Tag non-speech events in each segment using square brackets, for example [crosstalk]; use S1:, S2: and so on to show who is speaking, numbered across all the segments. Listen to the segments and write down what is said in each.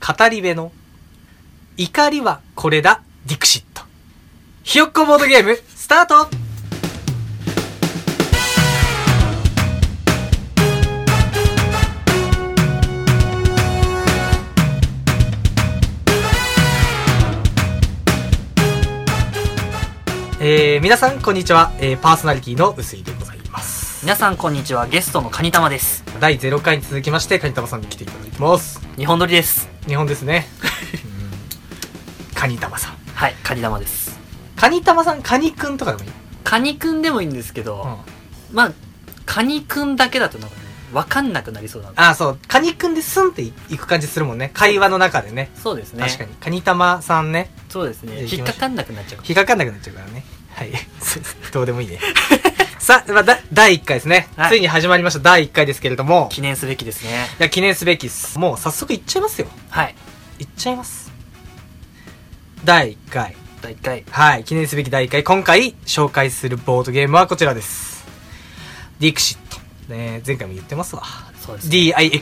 S1: 語り部の、怒りはこれだ、ディクシット。ひよっこボードゲーム、スタートえー、皆さん、こんにちは。えー、パーソナリティの薄井でございます。
S2: 皆さんこんにちはゲストのカニタマです
S1: 第0回に続きまして、カニタマさんに来ていただきます。
S2: 日本撮りです
S1: 日本ですね。うんカニタマさん。
S2: はいカニタマです
S1: カニタマさん、カニくんとかでもいい、
S2: カニくんでもいいんですけど、まあカニくんだけだとなんかねわかんなくなりそうなんで
S1: ああ、そう。カニくんでスンっていく感じするもんね。会話の中でね。
S2: そうですね
S1: 確かに。カニ玉さんね。
S2: そうですね
S1: じゃあ行き
S2: 引っ
S1: ましょう
S2: かかんなくなっちゃう
S1: 引っかかんなくなっちゃうからね。はい。 [laughs] そうですどうでもいいね。 [laughs] さあ、まあだ、第1回ですね、
S2: はい
S1: ついに始まりました第1回ですけれども。
S2: 記念すべきですね
S1: いや、記念すべきっす。もう早速いっちゃいますよ。
S2: はい
S1: いっちゃいます。第1回。
S2: 第1回
S1: はい。記念すべき第1回。今回紹介するボードゲームはこちらです。ディクシット。ね前回も言ってますわ。
S2: そうですね
S1: DIXIT、デ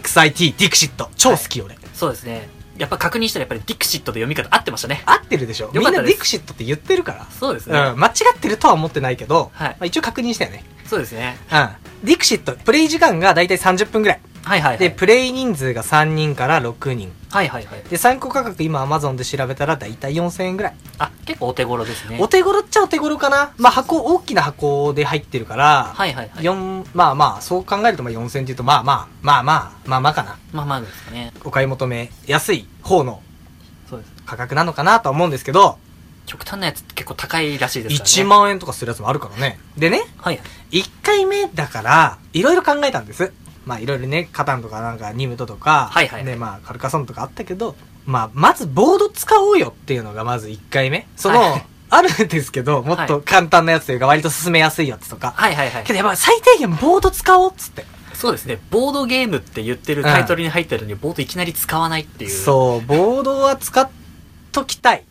S1: ィクシット。超好き、俺。
S2: そうですねやっぱ確認したらやっぱりディクシットで読み方合ってましたね
S1: 合ってるでしょ
S2: よ
S1: み
S2: かっ
S1: ん
S2: た
S1: な
S2: です
S1: ディクシットって言ってるか
S2: そうですね、
S1: ら。うん。間違ってるとは思ってないけど、
S2: はい
S1: まあ、一応確認したよね。
S2: そうですね
S1: うん。ディクシット、プレイ時間がだいたい30分ぐらい。
S2: はいはいはい
S1: で、プレイ人数が3人から6人。
S2: はいはいはい
S1: で、参考価格今 Amazon で調べたらだいたい4000円ぐらい。
S2: あ結構お手頃ですね
S1: お手頃っちゃお手頃かなまあ箱、大きな箱で入ってるから、
S2: はいはいはい
S1: 四まあまあ、そう考えるとまあ4000円って言うと、まあまあ、まあまあ、まあまあかな。
S2: まあまあですかね
S1: お買い求め安い方の
S2: そうです
S1: 価格なのかなとは思うんですけど、
S2: 極端なやつって結構高いらしいですからね
S1: 1万円とかするやつもあるからね。でね、
S2: はい
S1: 1回目だから、いろいろ考えたんです。まあいろいろね、カタンとかなんかニムトとか、
S2: はいはいはい
S1: ね、まあカルカソンとかあったけど、まあまずボード使おうよっていうのがまず1回目。その、
S2: はいはい
S1: あるんですけど、もっと簡単なやつというか割と進めやすいやつとか。
S2: はいはいはい
S1: けどやっぱ最低限ボード使おうっつって。
S2: そうですね、ボードゲームって言ってるタイトルに入ってるのに、ボードいきなり使わないっていう。
S1: そう、ボードは使っときたい。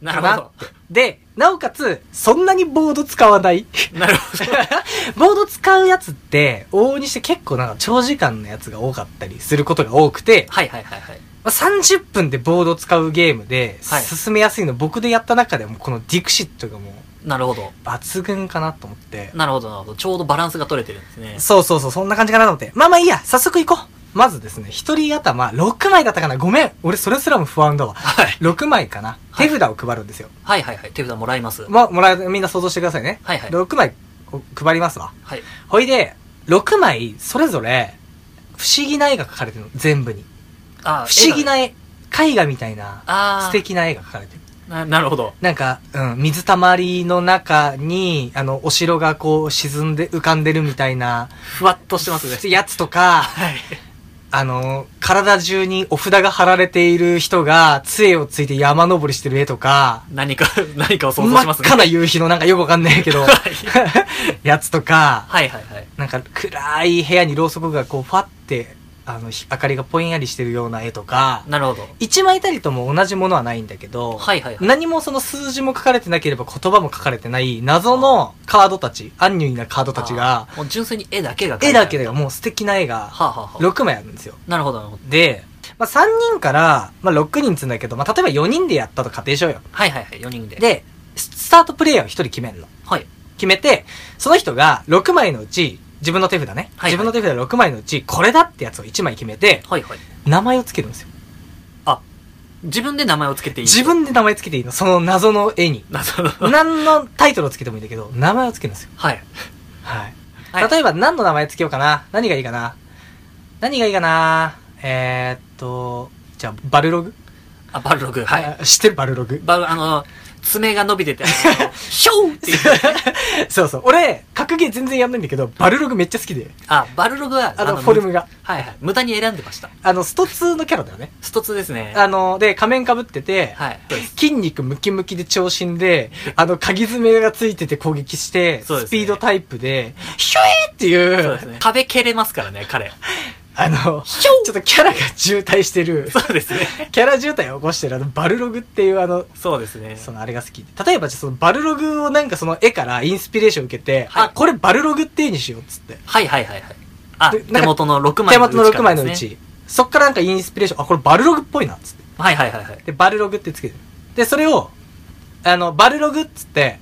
S2: うなるほ
S1: で、なおかつ、そんなにボード使わ
S2: [laughs]
S1: ない。
S2: ど。なるほ
S1: [laughs]
S2: ど。
S1: ボード使うやつって、往々にして結構なんか長時間のやつが多かったりすることが多くて、
S2: はいはいはいはい。
S1: まあ30分でボード使うゲームで、
S2: はい
S1: 進めやすいの僕でやった中でもこのディクシットがもう
S2: なるほど。
S1: 抜群かなと思って。
S2: なるほどなるほど。ちょうどバランスが取れてるんですね。
S1: そうそうそう、そんな感じかなと思って。まあまあいいや、早速行こう。まずですね、一人頭6枚だったかな。ごめん。俺それすらも不安だわ。
S2: はい。
S1: 6枚かな。
S2: は
S1: 手
S2: い
S1: 札を配るんですよ。
S2: はいはいはい。手札もらいます。
S1: まあ、もらえ、みんな想像してくださいね。
S2: はいはい
S1: 6枚を配りますわ。
S2: はい。
S1: ほいで、6枚、それぞれ、不思議な絵が描かれてるの、全部に。
S2: あ
S1: 不思議
S2: 絵
S1: な絵。絵画みたいな、
S2: が。あー
S1: 素。敵な絵が描かれてる。
S2: ななるほど。
S1: なんか、うん、水たまりの中に、あの、お城がこう、沈んで、浮かんでるみたいな、
S2: ふわっとしてますね。
S1: やつとか、
S2: はい。
S1: あの、体中にお札が貼られている人が、杖をついて山登りしてる絵とか、
S2: 何か、何かを想像し
S1: 真
S2: ま
S1: っ
S2: すね。
S1: 赤な夕日のなんかよくわかんないけ
S2: [laughs]
S1: ど、 [laughs] やつとか、
S2: はいはいはい。
S1: なんか暗い部屋にろうそくがこうファって、あの、ひ明かりがぽんやりしてるような絵とか、
S2: なるほど。
S1: 一枚たりとも同じものはないんだけど、
S2: はいはいはい。
S1: 何もその数字も書かれてなければ言葉も書かれてない謎のカードたち、アンニュイなカードたちが
S2: あ、ー。もう純粋に絵だけが描いてあ
S1: 絵
S2: る
S1: だけでもう素敵な絵が
S2: はあはあはあ。
S1: 6枚あるんですよ。
S2: なるほどなるほど。
S1: で、まあ、3人から、まあ、6人っつうんだけど、まあ、例えば4人でやったと仮定しようよ。
S2: はいはいはい。4人で。、
S1: で、ススタートプレイヤーを1人決めるの。
S2: はい。
S1: 決めて、その人が6枚のうち、自分の手札ね。
S2: はいはい
S1: 自分の手札6枚のうち、これだってやつを1枚決めて、
S2: はいはい。
S1: 名前をつけるんですよ。
S2: 自分で名前をつけていい。
S1: 自分で名前つけていいの。その謎の絵に
S2: なるほど。
S1: 何のタイトルをつけてもいいんだけど、名前をつけるんですよ。
S2: はい。
S1: はい。
S2: はい
S1: 例えば何の名前つけようかな何がいいかな何がいいかなえー、っと、じゃあ、バルログ
S2: あ、バルログ。はい。
S1: い。知ってるバルロ
S2: [laughs]
S1: グ
S2: バル、あの、爪が伸びてて、あ
S1: [laughs]
S2: のひょうっていう。
S1: そうそう。俺、格ゲー全然やんないんだけど、バルログめっちゃ好きで。
S2: あ、バルログは、
S1: あの、フォルム
S2: む
S1: が。
S2: はいはい。無駄に選んでました。
S1: あの、スト2のキャラだよね。
S2: ストツですね。
S1: あの、で、仮面被ってて、
S2: はい。そうです。
S1: 筋肉ムキムキで長身で、あの、鍵爪がついてて攻撃して、
S2: そうですね
S1: スピードタイプで、ヒュエーって
S2: そう
S1: い
S2: です
S1: う、
S2: ね。壁蹴れますから
S1: [laughs]
S2: ね、彼。
S1: あの、ちょっとキャラが渋滞してる、
S2: そうですね。
S1: キャラ渋滞を起こしてるあの、バルログっていうあの、
S2: そうですね。
S1: そのあれが好きで。例えば、そのバルログをなんかその絵からインスピレーション受けて、
S2: はい
S1: あ、これバルログって絵にしようっつって。
S2: はいはいはいはい。あ、
S1: でなんか
S2: 手元の6枚
S1: 手
S2: のうち。
S1: 元の6枚のう。ち。そっからなんかインスピレーション、あ、これバルログっぽいなっつって。
S2: はいはいはいはい。
S1: で、バルログってつけてる。で、それを、あの、バルログっつって、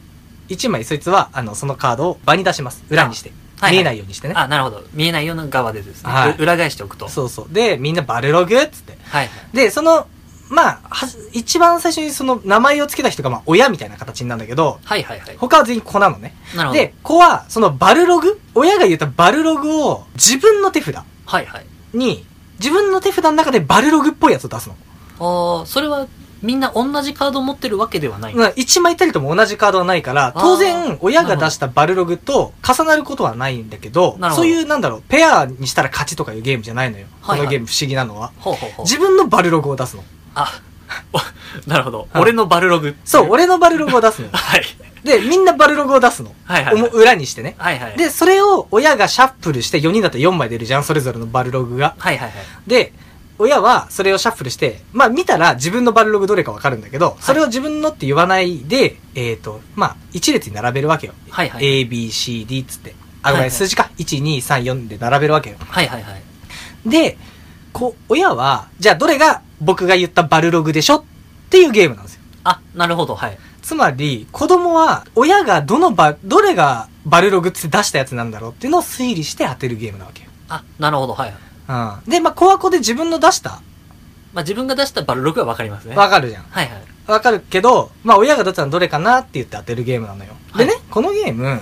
S1: 一枚そいつは、あの、そのカードを場に出します。裏にして。
S2: あはいはい
S1: 見えないようにしてね。
S2: あ、なるほど。見えないような側でですね。
S1: はいう
S2: 裏返しておくと。
S1: そうそう。で、みんなバルログっつって。
S2: はいはい。
S1: で、その、まあ、はじ一番最初にその名前をつけた人が、まあ、親みたいな形になるんだけど、
S2: はいはいはい。
S1: 他は全員子なのね。
S2: なるほど。
S1: で、子は、そのバルログ親が言ったバルログを、自分の手札
S2: はいはい。
S1: に、自分の手札の中でバルログっぽいやつを出すの。
S2: ああ、それはみんな同じカード持ってるわけではない。
S1: まあ一枚たりとも同じカードはないから、当
S2: あ
S1: 然
S2: ー、
S1: 親が出したバルログと重なることはないんだけど
S2: なる、
S1: そ
S2: ほど
S1: ういう、なんだろう、ペアにしたら勝ちとかいうゲームじゃないのよ。
S2: はい
S1: こ
S2: はい
S1: のゲーム不思議なのは。
S2: ほうほうほう。
S1: 自分のバルログを出すの。
S2: あ、おなるほど。
S1: はい
S2: 俺のバルログ。。
S1: そう、。俺のバルログを出すのよ
S2: [laughs] はい。
S1: で、みんなバルログを出すの。
S2: はいはいはい
S1: おも裏にしてね。
S2: はいはい。
S1: で、それを親がシャッフルして4人だったら4枚出るじゃん、それぞれのバルログが。
S2: はいはいはい。
S1: で、親はそれをシャッフルして、まあ見たら自分のバルログどれかわかるんだけど、それを自分のって言わないで、えっ、と、まあ一列に並べるわけよ。
S2: はいはい
S1: A, B, C, D っつって。あ、ごめ
S2: はいは
S1: ん、
S2: い
S1: 数字か。1、2、3、4で並べるわけよ。
S2: はいはいはい。
S1: で、こう、親は、じゃあどれが僕が言ったバルログでしょっていうゲームなんですよ。
S2: あ、なるほど。はい。
S1: つまり、子供は、親がどのバ、どれがバルログって出したやつなんだろうっていうのを推理して当てるゲームなわけよ。
S2: あ、なるほど。はい。
S1: うん。で、まあ、子は子で自分の出した。
S2: まあ自分が出したバルログはわかりますね。
S1: わかるじゃん。
S2: はいはい。
S1: わかるけど、まあ親が出したのどれかなって言って当てるゲームなのよ。でね
S2: は、
S1: このゲーム、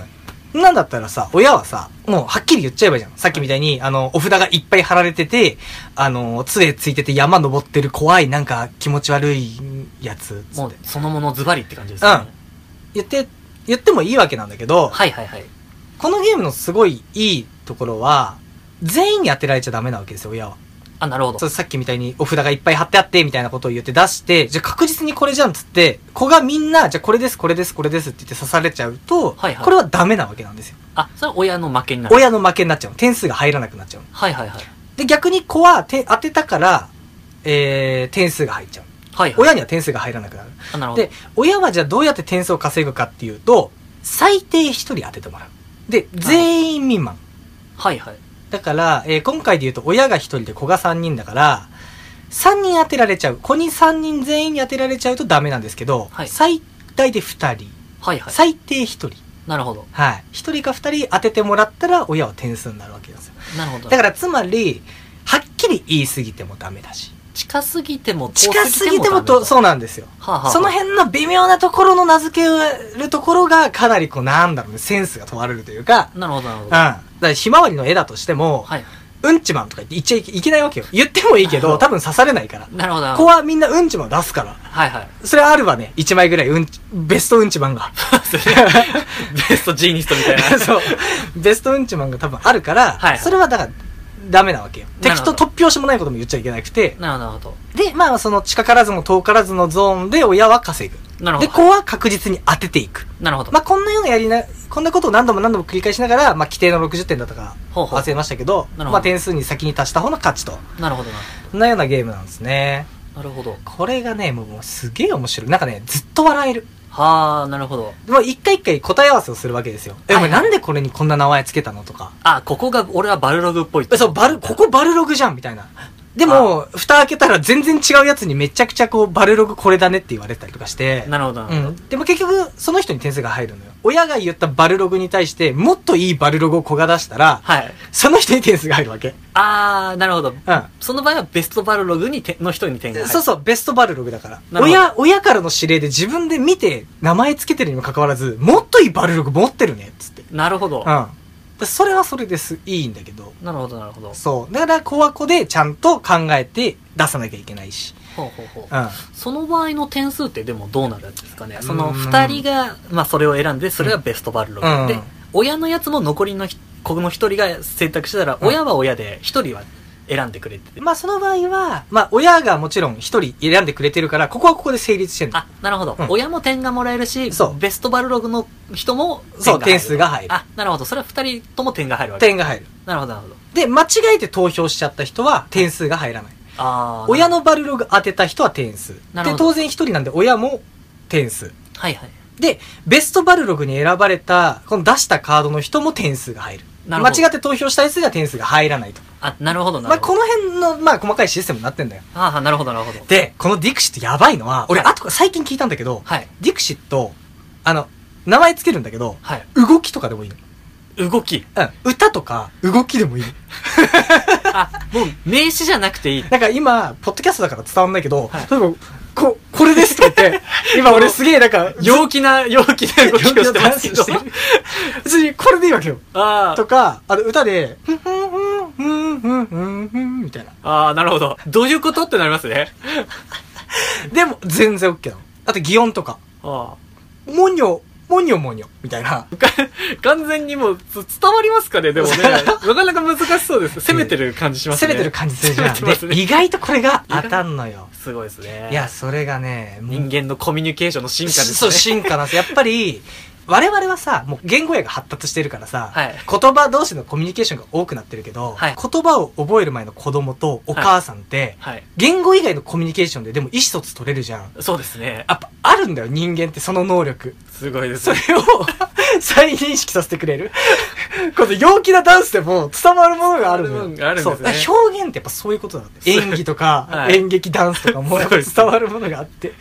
S1: なんだったらさ、親はさ、もうはっきり言っちゃえばいいじゃん。さっきみたいに、あの、お札がいっぱい貼られてて、あの、杖ついてて山登ってる怖い、なんか気持ち悪いやつ、つ
S2: も
S1: っ
S2: う
S1: て。
S2: そのものズバリって感じですね。
S1: 言って、言ってもいいわけなんだけど、
S2: はいはいはい。
S1: このゲームのすごいいいところは、全員に当てられちゃダメなわけですよ、親は。
S2: あ、なるほど
S1: そ。うさっきみたいにお札がいっぱい貼ってあって、みたいなことを言って出して、じゃあ確実にこれじゃんっつって、子がみんな、じゃあこれです、これです、これですって言って刺されちゃうと、
S2: はいはい
S1: これはダメなわけなんですよ。
S2: あ、それは親の負けになる。
S1: 親の負けになっちゃう。点数が入らなくなっちゃう。
S2: はいはいはい。
S1: で、逆に子は手当てたから、えー、点数が入っちゃう。
S2: はいはい。
S1: 親には点数が入らなくなる。
S2: あなるほど
S1: で。、親はじゃあどうやって点数を稼ぐかっていうと、最低1人当ててもらう。で、全員未満。
S2: はいはい。
S1: だから、えー今回で言うと親が1人で子が3人だから、3人当てられちゃう。子に3人全員に当てられちゃうとダメなんですけど、
S2: はい
S1: 最大で2人、
S2: はいはい。
S1: 最低1人。
S2: なるほど。
S1: はい。1人か2人当ててもらったら親は点数になるわけなんですよ。
S2: なるほど。
S1: だからつまり、はっきり言い過ぎてもダメだし。
S2: 近すぎても。
S1: 近すぎてもと、そううなんですよ。
S2: はあはあ
S1: その辺の微妙なところの名付けるところがかなりこうなんだろうね、センスが問われるというか、
S2: なるほど、なる
S1: う
S2: ほ
S1: ん。
S2: ど。
S1: だからひまわりの絵だとしても、
S2: はい。
S1: うんちマンとか言っちゃいけいけないわけよ。言ってもいいけど、多分刺されないから。
S2: なるほど。なるほ
S1: 子
S2: ど
S1: はみんなうんちマン出すから。
S2: はい
S1: [laughs]
S2: はい。
S1: それあるわね。一枚ぐらいうんち、ベストうんちマン
S2: [laughs]
S1: が。
S2: ベストジーニストみたい
S1: [laughs]
S2: な。
S1: そう。ベストうんちマンが多分あるから、
S2: はいはい
S1: それはだから、ダメなわけよ。
S2: なる
S1: 敵と
S2: ほど
S1: 突拍子もないことも言っちゃいけなくて。
S2: なるほど、なるほ
S1: で、まあその近からずも遠からずのゾーンで親は稼ぐ。
S2: ど。なるほ
S1: で、
S2: ど。
S1: 子は確実に当てていく。
S2: なるほど。
S1: まあこんなようなやりな、こんなことを何度も何度も繰り返しながら、まあ規定の60点だったか
S2: ほうほう
S1: 忘れましたけど、
S2: なるほど
S1: まあ点数に先に足した方の勝ちと。
S2: なるほど、なる
S1: そんなようなゲームなんですね。
S2: ほど。なるほど。
S1: これがね、もうもうすげえ面白い。なんかね、ずっと笑える。
S2: はあ、なるほど。
S1: もう一回一回答え合わせをするわけですよ。え、お
S2: はいは
S1: 前
S2: い
S1: なんでこれにこんな名前つけたのとか。
S2: あ、ここが、俺はバルログっぽいって
S1: え、そう、バル、ここバルログじゃんみたいな。でも、蓋開けたら全然違うやつにめちゃくちゃこう、バルログこれだねって言われたりとかして。
S2: なるほど、な
S1: う
S2: るほど。
S1: ん。でも結局、その人に点数が入るのよ。親が言ったバルログに対して、もっといいバルログを子が出したら、
S2: はい。
S1: その人に点数が入るわけ。
S2: あー、なるほど。
S1: うん。
S2: その場合はベストバルログにての人に点が入る。
S1: そうそう、ベストバルログだから。
S2: なるほど
S1: 親、親からの指令で自分で見て名前つけてるにもかかわらず、もっといいバルログ持ってるね、っつって。
S2: なるほど
S1: う。ん。でそれはそれです。いいんだけど。
S2: なるほど、なるほど。
S1: そう。だから、子は子でちゃんと考えて出さなきゃいけないし。
S2: ほうほうほう。
S1: うん。
S2: その場合の点数ってでもどうなるんですかねそうの
S1: ん
S2: 二人が、まあそれを選んで、それがベストバルログ。
S1: うん
S2: で、親のやつも残りのひこの一人が選択してたら、
S1: うん
S2: 親は親で、一人は選んでくれてて。
S1: まあ、その場合は、まあ、親がもちろん一人選んでくれてるから、ここはここで成立してるの。
S2: あ、なるほど、
S1: うん
S2: 親も点がもらえるし
S1: そう、
S2: ベストバルログの人も
S1: そう、
S2: 入る
S1: 点数が入る。
S2: あ、なるほど。それは二人とも点が入るわけ。
S1: 点が入る。
S2: なるほど、なるほど。
S1: で、間違えて投票しちゃった人は点数が入らない。
S2: あー
S1: 親、のバルログ当てた人は点数。で
S2: なる、ほど
S1: 当然一人なんで親も点数。
S2: はいはい。
S1: で、ベストバルログに選ばれた、この出したカードの人も点数が入る。
S2: なる
S1: 間
S2: ほ
S1: 違
S2: ど
S1: って投票したやつには点数が入らないと。
S2: あ、なるほど、な
S1: まあ、
S2: るほ
S1: こ
S2: ど。
S1: の辺の、まあ、細かいシステムになってんだよ。
S2: ああ、なるほど、なるほど。
S1: で、このディクシットやばいのは、俺、
S2: はい
S1: あと最近聞いたんだけど、
S2: はい。
S1: ディクシット、あの、名前つけるんだけど、
S2: はい。
S1: 動きとかでもいいの。
S2: 動き。
S1: うん。歌とか、動きでもいい。
S2: [laughs] あ、もう名詞じゃなくていい。
S1: なんか今、ポッドキャストだから伝わんないけど、
S2: はい
S1: 例えば、こ、これですとか言って、今俺すげえなん
S2: [laughs]
S1: か、
S2: 陽気な、陽気な動きを
S1: 陽気
S2: してますけど
S1: なダンスをして。る [laughs] 別にこれでいいわけよ。
S2: あ
S1: とか、あの歌で、ふんふんふんふんふんふんみたいな。
S2: あ、ああ、なるほど。どういうことってなりますね。
S1: でも、全然 OK なの。あと、擬音とか、
S2: ああ。
S1: もにょ、もにょもにょ、みたいな。
S2: 完全にもうつ伝わりますかね
S1: [laughs]
S2: でもね。なかなか難しそうです。攻めてる感じします
S1: 攻
S2: ね。
S1: めてる感じするじゃん。
S2: 攻めてま
S1: です
S2: ね。
S1: 意外とこれが当たんのよ。
S2: すごいですね。
S1: いや、、それがね、もう
S2: 人間のコミュニケーションの進化ですね。
S1: そう、進化なんです。やっぱり、我々はさ、もう言語やが発達してるからさ、
S2: はい
S1: 言葉同士のコミュニケーションが多くなってるけど、
S2: はい
S1: 言葉を覚える前の子供とお母さんって、
S2: はい。
S1: 言語以外のコミュニケーションででも意思疎通取れるじゃん。
S2: そうですね。
S1: やっぱあるんだよ、人間ってその能力。
S2: すごいです
S1: そ
S2: ね
S1: れ。を再認識させてくれる。この陽気なダンスでも伝わるものがあるのよ。
S2: 伝わるものがあるんです
S1: そ
S2: ね
S1: う。だから表現ってやっぱそういうことなんだよ。演技とか、
S2: はい
S1: 演劇ダンスとかもやっぱ伝わるものがあって。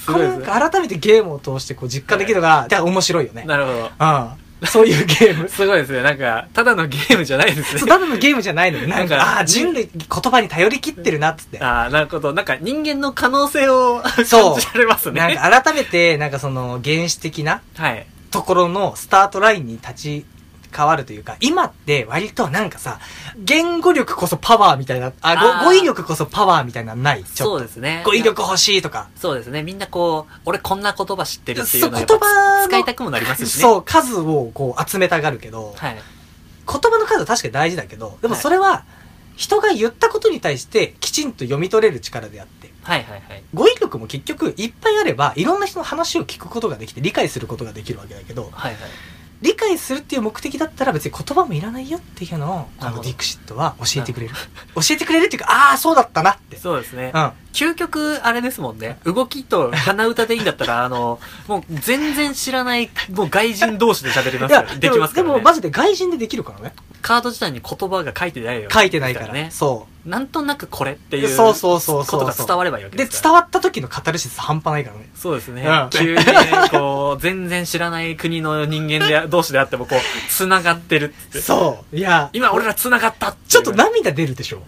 S2: す
S1: こ
S2: ごい
S1: れな
S2: です
S1: ん
S2: ね
S1: か改めてゲームを通してこう実感できるのが、だから面白いよね。
S2: なるほど。
S1: うん。そういうゲーム。
S2: すごいですね。なんか、ただのゲームじゃないですね
S1: そう、。ただのゲームじゃないのよ。なん
S2: なん
S1: か、
S2: か
S1: ああー、人類、言葉に頼り切ってるなっつって。
S2: ああ、なるほど。なんか人間の可能性を [laughs] 感じ
S1: そう
S2: られますね。
S1: なんか改めて、なんかその原始的な
S2: はい。
S1: ところのスタートラインに立ち変わるというか、今って割となんかさ、言語力こそパワーみたいな、あ、
S2: あー
S1: ご語彙力こそパワーみたいなのないち
S2: そ
S1: ょっ
S2: う
S1: と。
S2: ですね。
S1: 語彙力欲しいとか。
S2: そうですね。みんなこう、俺こんな言葉知ってるってい
S1: そうう、
S2: のをや
S1: 言
S2: っぱ
S1: 葉の
S2: 使いたくもなりますしね。
S1: そう、数をこう集めたがるけど、
S2: はい。
S1: 言葉の数は確かに大事だけど、でもそれは、人が言ったことに対してきちんと読み取れる力であって、
S2: はいはいはい。
S1: 語彙力も結局いっぱいあれば、いろんな人の話を聞くことができて理解することができるわけだけど、
S2: はいはい。
S1: 理解するっていう目的だったら別に言葉もいらないよっていうのを、こ
S2: なるほ
S1: の
S2: ど
S1: ディクシットは教えてくれる。教えてくれるっていうか、ああー、そうだったなって。
S2: そうですね
S1: う。ん。
S2: 究極、あれですもんね。動きと鼻歌でいいんだっ
S1: [laughs]
S2: たら、あの、もう全然知らない、もう外人同士で喋れま
S1: い
S2: すか
S1: や
S2: ら、
S1: で
S2: できま
S1: も、
S2: すか
S1: で
S2: ら
S1: も
S2: ね。
S1: マジで外人でできるからね。
S2: カード自体に言葉が書いてないよ。
S1: 書いてないから。
S2: ね。
S1: そ。
S2: なんとなくこれっていうう。
S1: そうそうそうそう。
S2: ことが伝わればいいわけ
S1: で
S2: ですから
S1: 伝わった時の語るシス半端ないからね。
S2: そうですね。
S1: うん
S2: 急に、こう、全然知らない国の人間で、同士であっても、こう、繋がってるっつって。
S1: そう。いや、
S2: 今俺ら繋がったっていう
S1: ちょっと涙出るでし
S2: [laughs]
S1: ょ。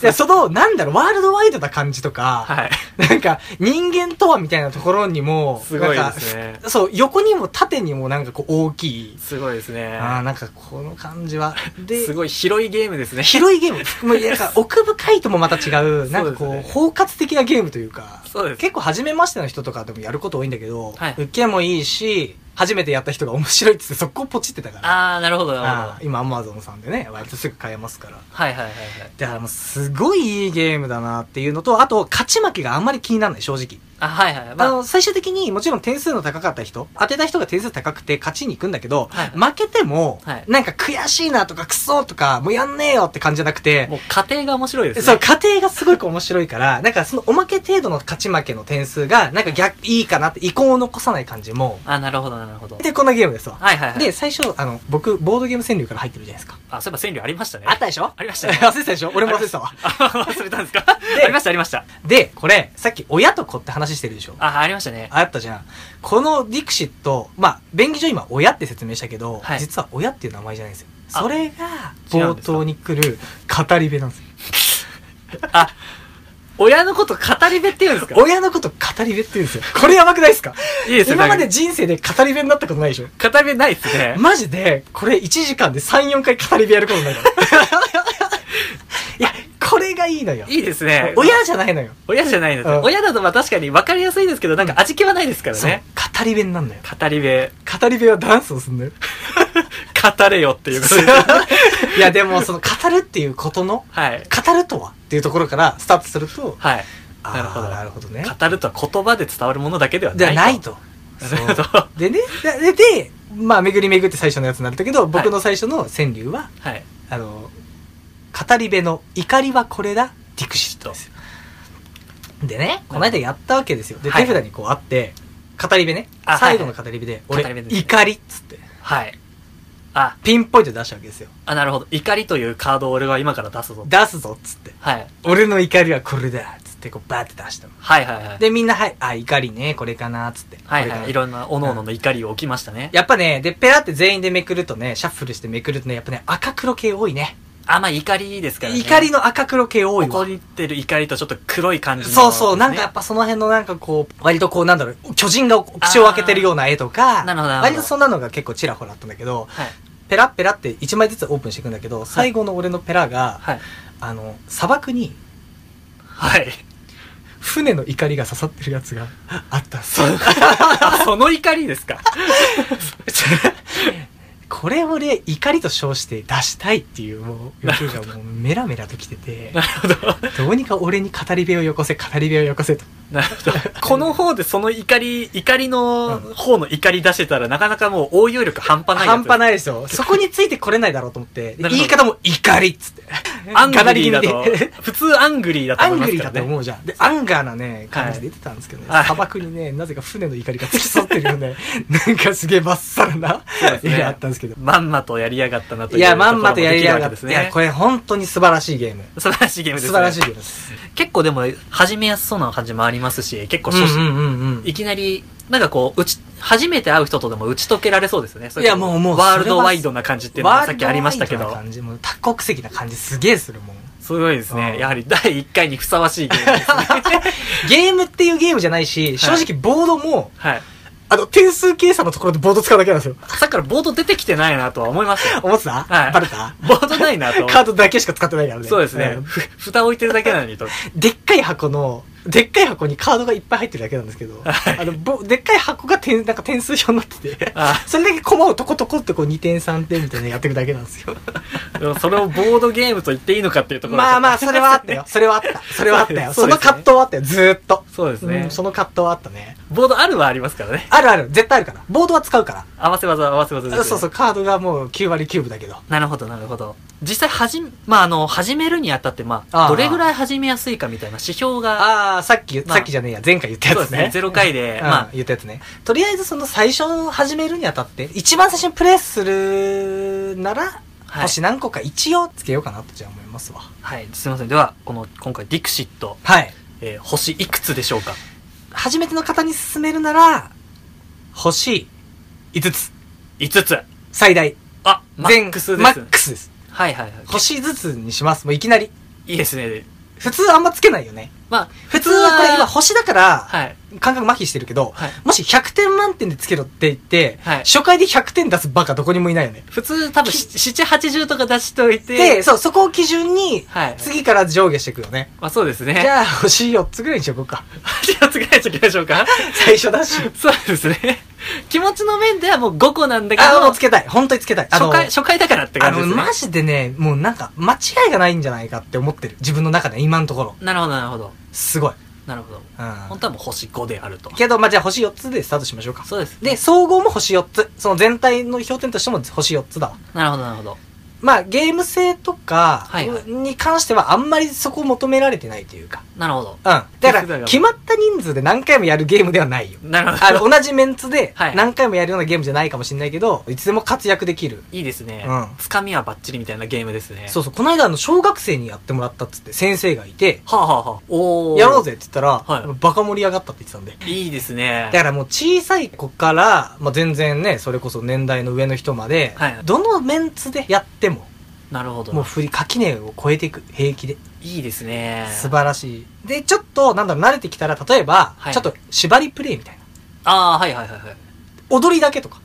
S1: いや、その、なんだろう、ワールドワイドな感じとか、
S2: はい。
S1: なんか、人間とはみたいなところにも、
S2: すごい
S1: なん
S2: で
S1: か
S2: すね。
S1: そう、横にも縦にもなんかこう大きい。
S2: すごいですね。
S1: ああ、なんかこの感じは。
S2: す
S1: で、
S2: ごい広いゲームですね。 [laughs]
S1: 広いゲーム。もうなんか奥深いともまた違う、なんかこう、
S2: そうですね
S1: 包括的なゲームというか、
S2: そうです。
S1: 結構初めましての人とかでもやること多いんだけど、
S2: はい
S1: 受けもいいし、初めてやった人が面白いって言って速攻ポチってたから。
S2: ああ、なるほど、なるほ
S1: ああ今アマゾンさんでね、割とすぐ買えますから。
S2: ど。はいはいはいはい。
S1: だからもうすごいいいゲームだなっていうのと、あと勝ち負けがあんまり気にならない、正直。
S2: あ、はいはい。
S1: あ
S2: ま
S1: の、最終的にもちろん点数の高かった人、当てた人が点数高くて勝ちに行くんだけど、
S2: はい
S1: 負けても、
S2: はい
S1: なんか悔しいなとかクソとか、もうやんねえよって感じじゃなく
S2: あ、
S1: て、
S2: もう家庭が面白いですね。
S1: そう、過程がすごく面白いから、なんかそのおまけ程度の勝ち負けの点数が、なんか逆、いいかなって、遺恨を残さない感じも、
S2: あ、なるほど、なるほど。
S1: で、こんなゲームですわ。
S2: はいはいはい。
S1: で、最初、あの、僕、ボードゲーム川柳から入ってるじゃないですか。
S2: あ、そういえば川柳ありましたね。
S1: あったでしょ
S2: ありましたね
S1: 忘れてたでしょ俺も忘れてたわ。
S2: [laughs] あ忘れたんですか
S1: で
S2: ありました、ありました。
S1: [laughs] で、これ、さっき親と子って話してるでしょ
S2: あ、ありましたね。
S1: あったじゃん。このディクシット、まあ、便宜上今親って説明したけど、
S2: はい
S1: 実は親っていう名前じゃないんですよ。
S2: あ
S1: それが、
S2: 違う
S1: 冒
S2: んですか
S1: 頭に来る語り部なんですよ。
S2: あ、親のこと語り部って言うんですか
S1: 親のこと語り部って言うんですよ。これやばくないですか
S2: いいですよ
S1: 今ま
S2: な
S1: で
S2: んか
S1: 人生で語り部になったことないでしょ
S2: 語り部ないですね。
S1: マジで、これ1時間で3、4回語り部やることに
S2: [laughs]
S1: なるから。いや、これがいいのよ。
S2: いいですね。
S1: 親じゃないのよ。
S2: 親じゃないんです
S1: う
S2: よ
S1: ん
S2: 親だとまあ確かに分かりやすいですけど、なんか味気はないですから
S1: そう
S2: ね。
S1: 語り部になんのよ。
S2: 語り部、
S1: 語り部はダンスをする
S2: [laughs]
S1: のよ。
S2: 語れよっていうことですね
S1: いや、でも、その、語るっていうことの、
S2: はい。
S1: 語るとはっていうところからスタートすると、
S2: はい。
S1: あー
S2: なるほど
S1: なるほどね。
S2: 語るとは言葉で伝わるものだけではない。
S1: ではない。と。
S2: なるほど。
S1: [laughs]
S2: は
S1: でね、で、で、まあ、巡り巡って最初のやつになるんだけど、僕の最初の川柳は、
S2: い。
S1: あの、語り部の怒りはこれだ、ディクシットですよ。でね、この間やったわけですよ。で、
S2: はい
S1: 手札にこうあって、語り部ね
S2: あ。はい
S1: 最後の語り部で、俺
S2: 語り部、ですね
S1: 怒りっつって。
S2: はい。あ、
S1: ピンポイントで出したわけですよ。
S2: あ、なるほど。怒りというカードを俺は今から出すぞ。
S1: 出すぞっつって。
S2: はい。
S1: 俺の怒りはこれだっつってこうバーって出したの。
S2: はいはいはい。
S1: で、みんな、はい、あ、怒りね、これかなっつって。
S2: はい
S1: これか
S2: は。
S1: ない
S2: いろんな、おののの怒りを置きましたね。
S1: やっぱね、で、ペラって全員でめくるとね、シャッフルしてめくるとね、やっぱね、赤黒系多いね。
S2: あ、まあ怒りですからね。
S1: 怒りの赤黒系多い
S2: 怒
S1: わ。
S2: ってる怒りとちょっと黒い感じの、
S1: そうそう、なんかや
S2: ね
S1: っぱその辺のなんかこう、割とこうなんだろう、巨人が口を開けてるような絵とか、
S2: あーなるほどなるほど
S1: 割とそんなのが結構ちらほらあったんだけど、
S2: はい。
S1: ペラッペラって1枚ずつオープンしていくんだけど、最後の俺のペラが、
S2: はい。
S1: あの、砂漠に
S2: はい。
S1: 船の怒りが刺さってるやつがあったんです
S2: そ
S1: よ。
S2: あその怒りですか。
S1: [laughs] これ俺怒りと称して出したいっていうもう欲がもうメラメラときてて
S2: な、るほど。
S1: どうにか俺に語り部をよこせ、語り部をよこせと。
S2: なるほど。 [laughs] この方でその怒り、怒りの方の怒り出してたら、なかなかもう応用力半端ないやつ。
S1: 半端ないです
S2: [laughs]
S1: よ。そこについてこれないだろうと思って、
S2: なるほ
S1: 言
S2: ど
S1: い方も怒りっつって。
S2: アングリーだ
S1: 語り気味で
S2: と、普通アングリーだと
S1: ア
S2: 思い
S1: ン
S2: ま
S1: グ
S2: す
S1: リ
S2: か
S1: ーだ
S2: ら
S1: と
S2: ね。
S1: 思う
S2: [laughs]
S1: じゃん。で、アンガーなね、感じで言ってたんですけどね、
S2: はい
S1: 砂漠にね、なぜか船の怒りが突き刺さってるよね、 [laughs] なんかすげえバッサラな
S2: そうですね
S1: 絵があったんですけど。
S2: まんまとやりやがったなという。
S1: いや、まんまとやりやがって、
S2: です
S1: いや、
S2: ね。
S1: これ本当に素晴らしいゲーム。
S2: 素晴らしいゲームです
S1: 素
S2: ね。
S1: 晴らしいゲームです。
S2: 結構でも、始めやすそうな感じもありますし、結構初
S1: う
S2: 心、
S1: んうんうんうん
S2: いきなり、なんかこう、打ち、初めて会う人とでも打ち解けられそうですね。それ
S1: いやもうもう
S2: ワールドワイドな感じっていうのがさっきありましたけ
S1: ワールドワ
S2: ど
S1: イドな。感じもう多国籍な感じすげえする
S2: [laughs]
S1: もん。
S2: すごいです
S1: う
S2: ね。
S1: ん
S2: やはり第1回にふさわしいゲー
S1: [laughs]
S2: ムですね。
S1: ゲームっていうゲームじゃないし、正直ボードも、
S2: はい。
S1: あの、点数計算のところでボード使うだけなんですよ。
S2: さっきからボード出てきてないなとは思いま [laughs] したよ。
S1: 思ってた、
S2: はい
S1: バレた
S2: ボードないなと。
S1: カードだけしか使ってないからね。
S2: そうですね。
S1: ん
S2: ふ、蓋置いてるだけなのにと。
S1: でっかい箱の、でっかい箱にカードがいっぱい入ってるだけなんですけど、
S2: [laughs] はい
S1: あの、ぼでっかい箱が点、なんか点数表になってて、
S2: あ
S1: それだけ駒をトコトコってこう2点3点みたいなのやっていくだけなんです
S2: [laughs]
S1: よ。
S2: でもそれをボードゲームと言っていいのかっていうところ
S1: まあまあ、それはあ
S2: [laughs]
S1: ったよ。。それはあった。それはあったよ。その葛藤はあったよ。ずーっと。
S2: そうです
S1: う
S2: ね
S1: ん。その葛藤はあったね。
S2: ボードあるはありますからね。
S1: あるある。絶対あるから。ボードは使うか
S2: 合わせ技、合わせ技です
S1: ら。
S2: ね。
S1: そうそう、カードがもう9割9分だけど。
S2: なるほど、なるほど。実際、はじ、まあ、あの、始めるにあたって、ま
S1: あ
S2: あ、
S1: あ
S2: どれぐらい始めやすいかみたいな指標が、
S1: ああ、さっき、
S2: まあ
S1: さっきじゃねえや、前回言ったや
S2: そう
S1: つ
S2: ですね
S1: ね。。
S2: ゼロ回で、
S1: まあ
S2: ま、
S1: 言ったやつね。とりあえずその最初始めるにあたって、一番最初にプレイするなら、
S2: あ、はい。
S1: 星何個か一応つけようかなとじゃあ思いますわ。
S2: はい、すいません。では、この、今回、ディクシット、
S1: はい。
S2: えー星いくつでしょうか
S1: 初めての方に勧めるなら、星5つ。
S2: ?5 つ。
S1: 最大。
S2: あ、マ
S1: 全
S2: ックスで
S1: マ
S2: す
S1: ッ。クスです。
S2: はいはいはい。
S1: 星ずつにします。もういきなり。
S2: いいですね。
S1: 普通あんまつけないよね。
S2: まあ、
S1: 普通はこれ今
S2: 普通
S1: 星だから、
S2: は、はい。
S1: 感覚麻痺してるけど、
S2: はい
S1: もし100点満点でつけろって言って、
S2: はい
S1: 初回で100点出すバカどこにもいないよね。
S2: 普通、多分、7、80とか出しておいて、
S1: で、そう、そこを基準に、
S2: はい。
S1: 次から上下していくよね。
S2: まあ、そうです
S1: じ
S2: ね。
S1: ゃあ、星4つぐらいにしとこうか。
S2: じゃあ、次回ちょっと行きましょう
S1: [laughs]
S2: か。
S1: 最初だし。
S2: そうですね。気持ちの面ではもう5個なんだけど、
S1: あ、もうつけたい。本当につけたい。あの
S2: 初回、初回だからって
S1: あ
S2: 感じ
S1: の、
S2: ですね。
S1: マジでね、もうなんか、間違いがないんじゃないかって思ってる。自分の中で、今のところ。
S2: なるほど、なるほど。
S1: すごい。
S2: なるほど。
S1: う
S2: 本
S1: ん。
S2: 当はもう星5であると。
S1: けど、まあ、じゃあ星4つでスタートしましょうか。
S2: そうです。
S1: で、、総合も星4つ。その全体の評点としても星4つだわ。
S2: なるほど、なるほど。
S1: まあ、ゲーム性とか
S2: はいはい
S1: に関してはあんまりそこ求められてないというか。
S2: なるほど。
S1: うん。だか
S2: 手札
S1: ら、
S2: が
S1: 決まった人数で何回もやるゲームではないよ。
S2: なる
S1: あ
S2: ほど。
S1: の、同じメンツで
S2: はい
S1: 何回もやるようなゲームじゃないかもしれないけど、いつでも活躍できる。
S2: いいですね。
S1: うん
S2: つかみはバッチリみたいなゲームですね。
S1: そうそう、この間あの、小学生にやってもらったっつって先生がいて、
S2: はあ、はあはあ、おー
S1: やろうぜって言ったら、
S2: はい
S1: バカ盛り上がったって言ってたんで。
S2: いいですね
S1: だ。からもう小さい子から、まあ、全然ね、それこそ年代の上の人まで、
S2: はいはい
S1: どのメンツでやっても、
S2: なるほど。
S1: もう振り、垣根を越えていく、平気で。
S2: いいですね。
S1: 素晴らしい。で、ちょっと、なんだろう、慣れてきたら、例えば、
S2: はい
S1: ちょっと縛りプレイみたいな。
S2: ああ、はいはいはいはい。
S1: 踊りだけと
S2: [laughs]
S1: か。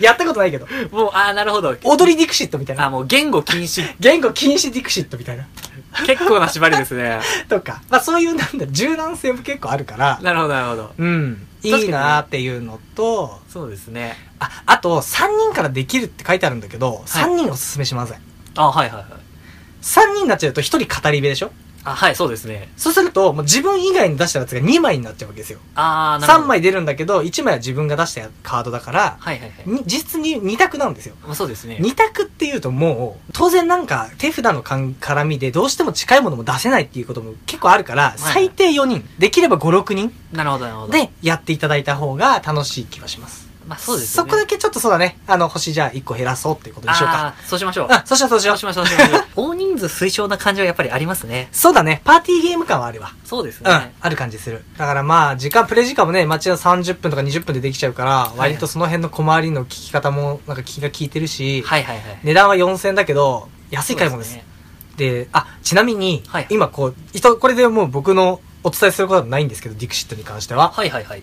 S1: やったことないけど。
S2: もう、ああ、なるほど。
S1: 踊りディクシットみたい
S2: あ
S1: な。
S2: ーもう言語禁止。
S1: 言語禁止ディクシットみたいな。 [laughs]
S2: 結構な縛りですね。
S1: とか。まあそういう、なんだろう、柔軟性も結構あるから、
S2: なるほど、なるほど。
S1: うん。い
S2: 確かにね
S1: いなーっていうのと、
S2: そうですね。
S1: あ、あと、3人からできるって書いてあるんだけど、3人おすすめしません。
S2: あーはいはいはい。
S1: 3人になっちゃうと1人語り部でしょ
S2: あはい、そうですね。
S1: そうすると、もう自分以外に出したやつが2枚になっちゃうわけですよ。
S2: ああ、なるほ
S1: 3
S2: ど。
S1: 枚出るんだけど、1枚は自分が出したカードだから、
S2: はいはいはい。
S1: に実に2択なんですよ。
S2: まあ、そうですね。
S1: 2択っていうともう、当然なんか手札のかん絡みでどうしても近いものも出せないっていうことも結構あるから、
S2: い
S1: 最低4人、できれば5、6人
S2: なるほど、なるほど。
S1: でやっていただいた方が楽しい気がします。
S2: まあそうです
S1: そ
S2: よね。
S1: こだけちょっとそうだね。あの、星じゃあ1個減らそうっていうことにしようか。
S2: あー。そうしましょう。
S1: あ、そうしようそうし
S2: そ
S1: よ
S2: う
S1: う
S2: し。ましょう、そうしましょう。 [laughs] 大人数推奨な感じはやっぱりありますね。
S1: そうだね。パーティーゲーム感はあるわ。
S2: そうです
S1: うん、
S2: ね。
S1: ある感じする。だからまあ、時間、プレイ時間もね、街は30分とか20分でできちゃうから、
S2: い
S1: 割とその辺の小回りの聞き方も、なんか気が利いてるし、
S2: はいはいはい。
S1: 値段は4000だけど、安い買い物です。で
S2: そう
S1: あ、ちなみに、
S2: はいはい
S1: 今こう、人、これでもう僕のお伝えすることはないんですけど、ディクシットに関しては。
S2: はいはいはい。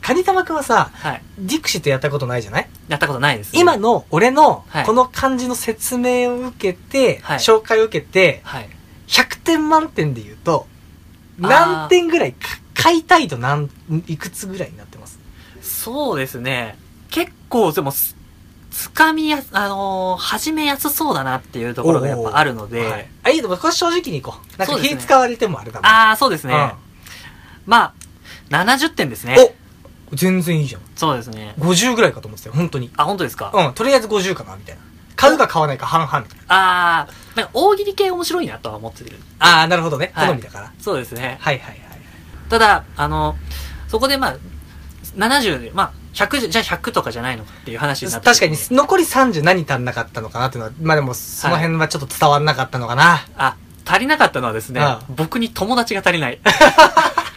S1: カニタマくんはさ、
S2: はい。
S1: ディクシットやったことないじゃない
S2: やったことないです。
S1: 今。の俺の
S2: はい
S1: この感じの説明を受けて、
S2: はい
S1: 紹介を受けて、
S2: はい。
S1: 100点満点で言うと、
S2: あー
S1: 何点ぐらいか、買いたいと何、いくつぐらいになってます
S2: そうですね。結構、でも、すつかみやす、あのー始めやすそうだなっていうところがやっぱあるので、
S1: はいあ、いいでもこれ正直にいこう。なん
S2: そ
S1: か
S2: うです
S1: 気
S2: ね
S1: 使われてもあれだもん。
S2: ああ、そうですね。まあ、70点ですね。
S1: うんお全然いいじゃん。
S2: そうですね。
S1: 50ぐらいかと思ってたよ、本当に。
S2: あ、本当ですか、あ
S1: うん、とりあえず50かな、みたいな。買うか買わないか半々みたいな。
S2: あー、なんか大喜利系面白いなとは思ってる。
S1: ああ、なるほどね。
S2: はい
S1: 好みだから。
S2: そうですね。
S1: はいはいはい。
S2: ただ、あの、そこでまあ、70で、まあ、100じ、じゃあ100とかじゃないのかっていう話になった
S1: 確
S2: 時
S1: かに、残り30何足んなかったのかなっていうのは、まあでも、その辺はちょっと伝わんなかったのかな。
S2: あ、足りなかったのはですね、
S1: ああ
S2: 僕に友達が足
S1: [laughs]
S2: りない。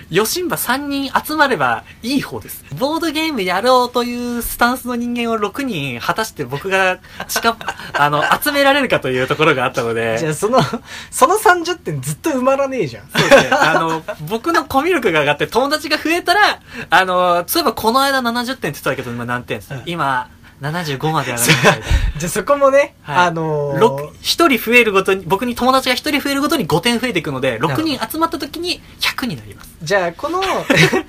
S2: ヨシンバ3人集まればいい方です。ボードゲームやろうというスタンスの人間を6人、果たして僕が
S1: [laughs]
S2: 近、あの、集められるかというところがあったので。
S1: じゃあその、その30点ずっと埋まらねえじゃん。
S2: そうですね。あの、僕のコミュ力が上がって友達が増えたら、あの、そういえばこの間70点って言ってたけど、今何点です
S1: うん
S2: 今、75まで上がりましたみたいな。
S1: じゃあそこもね、
S2: はい
S1: あのー
S2: [laughs] 六一人増えるごとに、僕に友達が一人増えるごとに5点増えていくので、6人集まった時に100になります。
S1: じゃあこの、じ [laughs] ゃ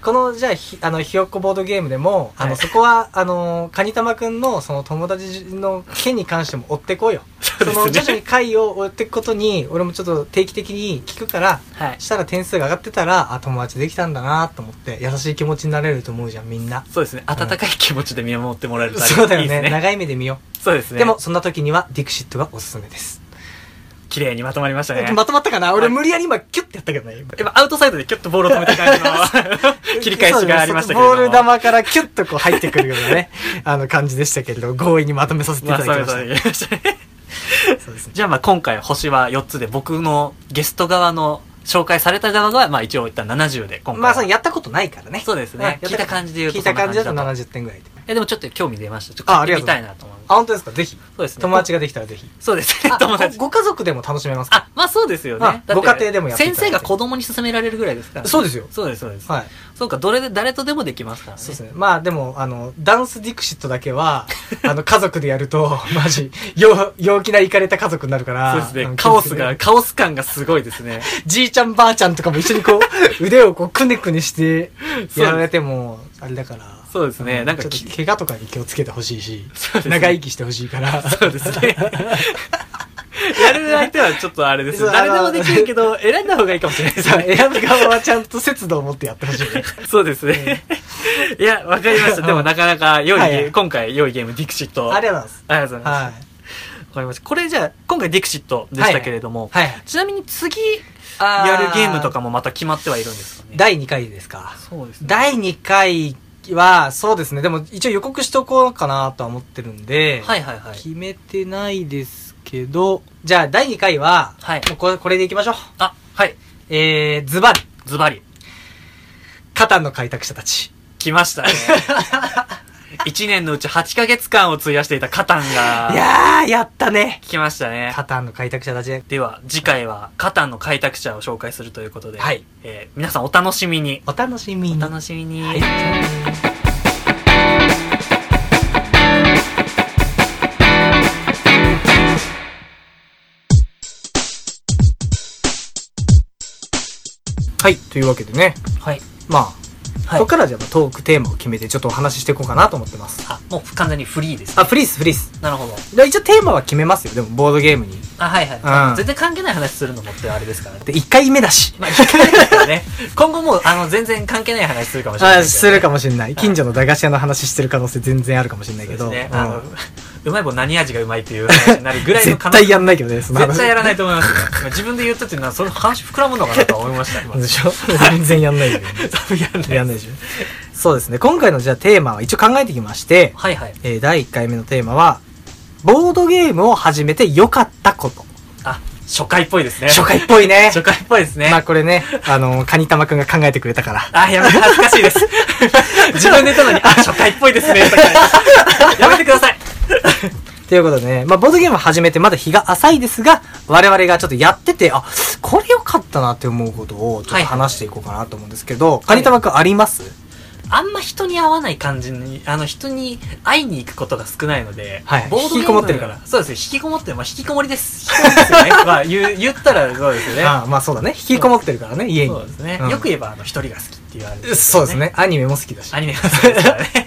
S1: あこの、じゃあひ、あの、ひよっこボードゲームでも、あ
S2: は
S1: の、
S2: い
S1: そこは、あのー、カニタマくんのその友達の件に関しても追ってこうよ。
S2: そ
S1: その、徐々に回を追っていくことに、俺もちょっと定期的に聞くから、
S2: はい。
S1: したら点数が上がってたら、あ、友達できたんだなと思って、優しい気持ちになれると思うじゃん、みんな。
S2: そうですね。温かい気持ちで見守ってもらえるとあり
S1: そうだよ
S2: いいです
S1: ね。長い目で見よ
S2: そうです
S1: う。
S2: ね。
S1: でも、、そんな時には、ディクシットがおすすめです。
S2: 綺麗にまとまりましたね。
S1: まとまったかな俺
S2: はい
S1: 無理やり今キュッてやったけどね。今
S2: 今、アウトサイドでキュッとボールを止めた [laughs] 感じの切り返しがありましたけれども。
S1: そうですボール球からキュッとこう入ってくるような
S2: [laughs]
S1: ね、あの感じでしたけれど、強引にまとめさせてい
S2: ま
S1: た
S2: あ
S1: だき
S2: そ
S1: ま
S2: う
S1: した。
S2: ですそうです
S1: そうですね。
S2: じゃあまあ今回星は4つで、僕のゲスト側の紹介された側が、まあ一応一旦70で、今回は。
S1: まあ、そのやったことないからね。
S2: そうです
S1: うん
S2: ね。聞いた感じで言うと
S1: 聞いた感じだと
S2: そんな感
S1: 70点ぐらいで。
S2: いやでもちょっと興味出ました。ちょっ
S1: ああ
S2: と
S1: りが
S2: 見
S1: とう
S2: たいなと思います。
S1: あ、本当ですかぜ
S2: [laughs]
S1: ひ。
S2: そうですね。
S1: 友達ができたらぜひ。
S2: そうですね。
S1: あ
S2: [laughs] 友達。
S1: ごご家族でも楽しめますか
S2: あ、まあそうですよね。
S1: あ
S2: だって
S1: ご家庭でもやっていただい
S2: 先
S1: て
S2: 生が子供に勧められるぐらいですから、
S1: そうですよ
S2: そうです、そうです。
S1: はい。
S2: そうか、どれで、誰とでもできますからね。
S1: そうですね。まあでも、あの、ダンスディクシットだけは、あの、家族でやると、 [laughs] マジ、陽陽気なイかれた家族になるから。
S2: そうです
S1: あ
S2: ね。
S1: の
S2: カオスが、。カオス感がすごいです
S1: [laughs]
S2: ね。
S1: じいちゃんばあちゃんとかも一緒にこ
S2: [laughs]
S1: う、腕をこう、くねくねして、やられても、あれだから。
S2: そうですね。
S1: う
S2: なんか
S1: ちょっ
S2: き、
S1: と怪我とかに気をつけてほしいし、
S2: そうですね
S1: 長生きしてほしいから。
S2: そうですね。やる相手はちょっとあれです
S1: そう
S2: ね。誰でもできる
S1: [laughs]
S2: けど、選んだ方がいいかもしれないで
S1: [laughs]
S2: す
S1: さあ
S2: ね。
S1: 選ぶ側はちゃんと節度を持ってやってほしいね。
S2: そうですね。いや、わかりました。でもなかなか良いゲ
S1: はい
S2: ー
S1: はい
S2: ム、今回良いゲーム、ディクシット。
S1: ありがとうございます。
S2: ありがとうございます。
S1: は
S2: わかりました。これじゃあ、今回ディクシットでしたけれども、
S1: い。はい。
S2: ちなみに次、
S1: あー
S2: やるゲームとかもまた決まってはいるんですかね。
S1: 第2回ですか。
S2: そうですね。
S1: 第2回は、そうですね。でも一応予告しとこうかなとは思ってるんで、
S2: はいはいはい。
S1: 決めてないですけど、じゃあ第2回は、
S2: はい
S1: もうこれこれでいきましょう。
S2: あ、はい。
S1: えー、ズバリ、
S2: ズバリ。
S1: カタンの開拓者たち。
S2: 来ま [laughs] したね。1年のうち8ヶ月間を費やしていたカタン
S1: い
S2: が、
S1: やー、やったね。
S2: 来ましたね。
S1: カタンの開拓者たちね。
S2: では、次回はカタンの開拓者を紹介するということで、
S1: はい
S2: えー皆さんお楽しみに。
S1: お楽しみ
S2: お
S1: に。
S2: 楽しみに。
S1: はいはい、というわけでね。
S2: はい。
S1: まあ、
S2: はい
S1: ここからじゃあまあトークテーマを決めてちょっとお話ししていこうかなと思ってます。
S2: あ、もう完全にフリーです、
S1: あ、
S2: ね。
S1: フリース、フリース。
S2: なるほど。
S1: で一応テーマは決めますよ、でもボードゲームに。
S2: あ、はいはい。
S1: うん
S2: 全然関係ない話するのもってあれですからね。
S1: で、1回目だし。
S2: [laughs] まあ、一回だからね。 [laughs] 今後も、あの、全然関係ない話するかもしれない
S1: あ
S2: けど。
S1: するかもしれない。近所の駄菓子屋の話してる可能性全然あるかもしれないけど。
S2: そうですね。
S1: うん
S2: あの、うまい棒何味がうまいっていう話になるぐらいの
S1: 絶対やんないけどね、その話
S2: 絶対やらないと思いますよ。自分で言ったっていうのは、その話膨らむのかなとは思いました、
S1: [laughs]
S2: 今。
S1: でしょ全然やんないよね。
S2: 多分やんない。
S1: やんないでしょそうですね。今回のじゃあテーマは一応考えてきまして、
S2: はいはい。
S1: えー第1回目のテーマは、ボードゲームを始めて良かったこと。
S2: あ、初回っぽいですね。
S1: 初回っぽいね。
S2: 初回っぽいですね。
S1: まあこれね、あの、カニタマくんが考えてくれたから。
S2: あ、やめて、恥ずかしい
S1: [laughs]
S2: です。自分で言ったのに、あ、初回っぽいですね、とか。やめてください。
S1: ということでね、まあボードゲームを始めてまだ日が浅いですが、我々がちょっとやってて、あ、これ良かったなって思うことをちょっ
S2: は
S1: と
S2: いはい
S1: 話していこうかなと思うんですけど、カニタマくんあります、
S2: あんま人に会わない感じに、あの、人に会いに行くことが少ないので、
S1: はい
S2: ボードゲーム
S1: 引きこもってるから
S2: そうですね、引きこもってる。まあ、引きこもりです。引きこもりで
S1: [laughs]
S2: すよね。まあ、言う言ったらそうですよね。
S1: ああまあそうだね。引きこもってるからね、家に
S2: そ。うですね。
S1: うん
S2: よく言えば、あの、一人が好きって言われる、
S1: そうです。ね。アニメも好きだし。
S2: アニメが好きですからね。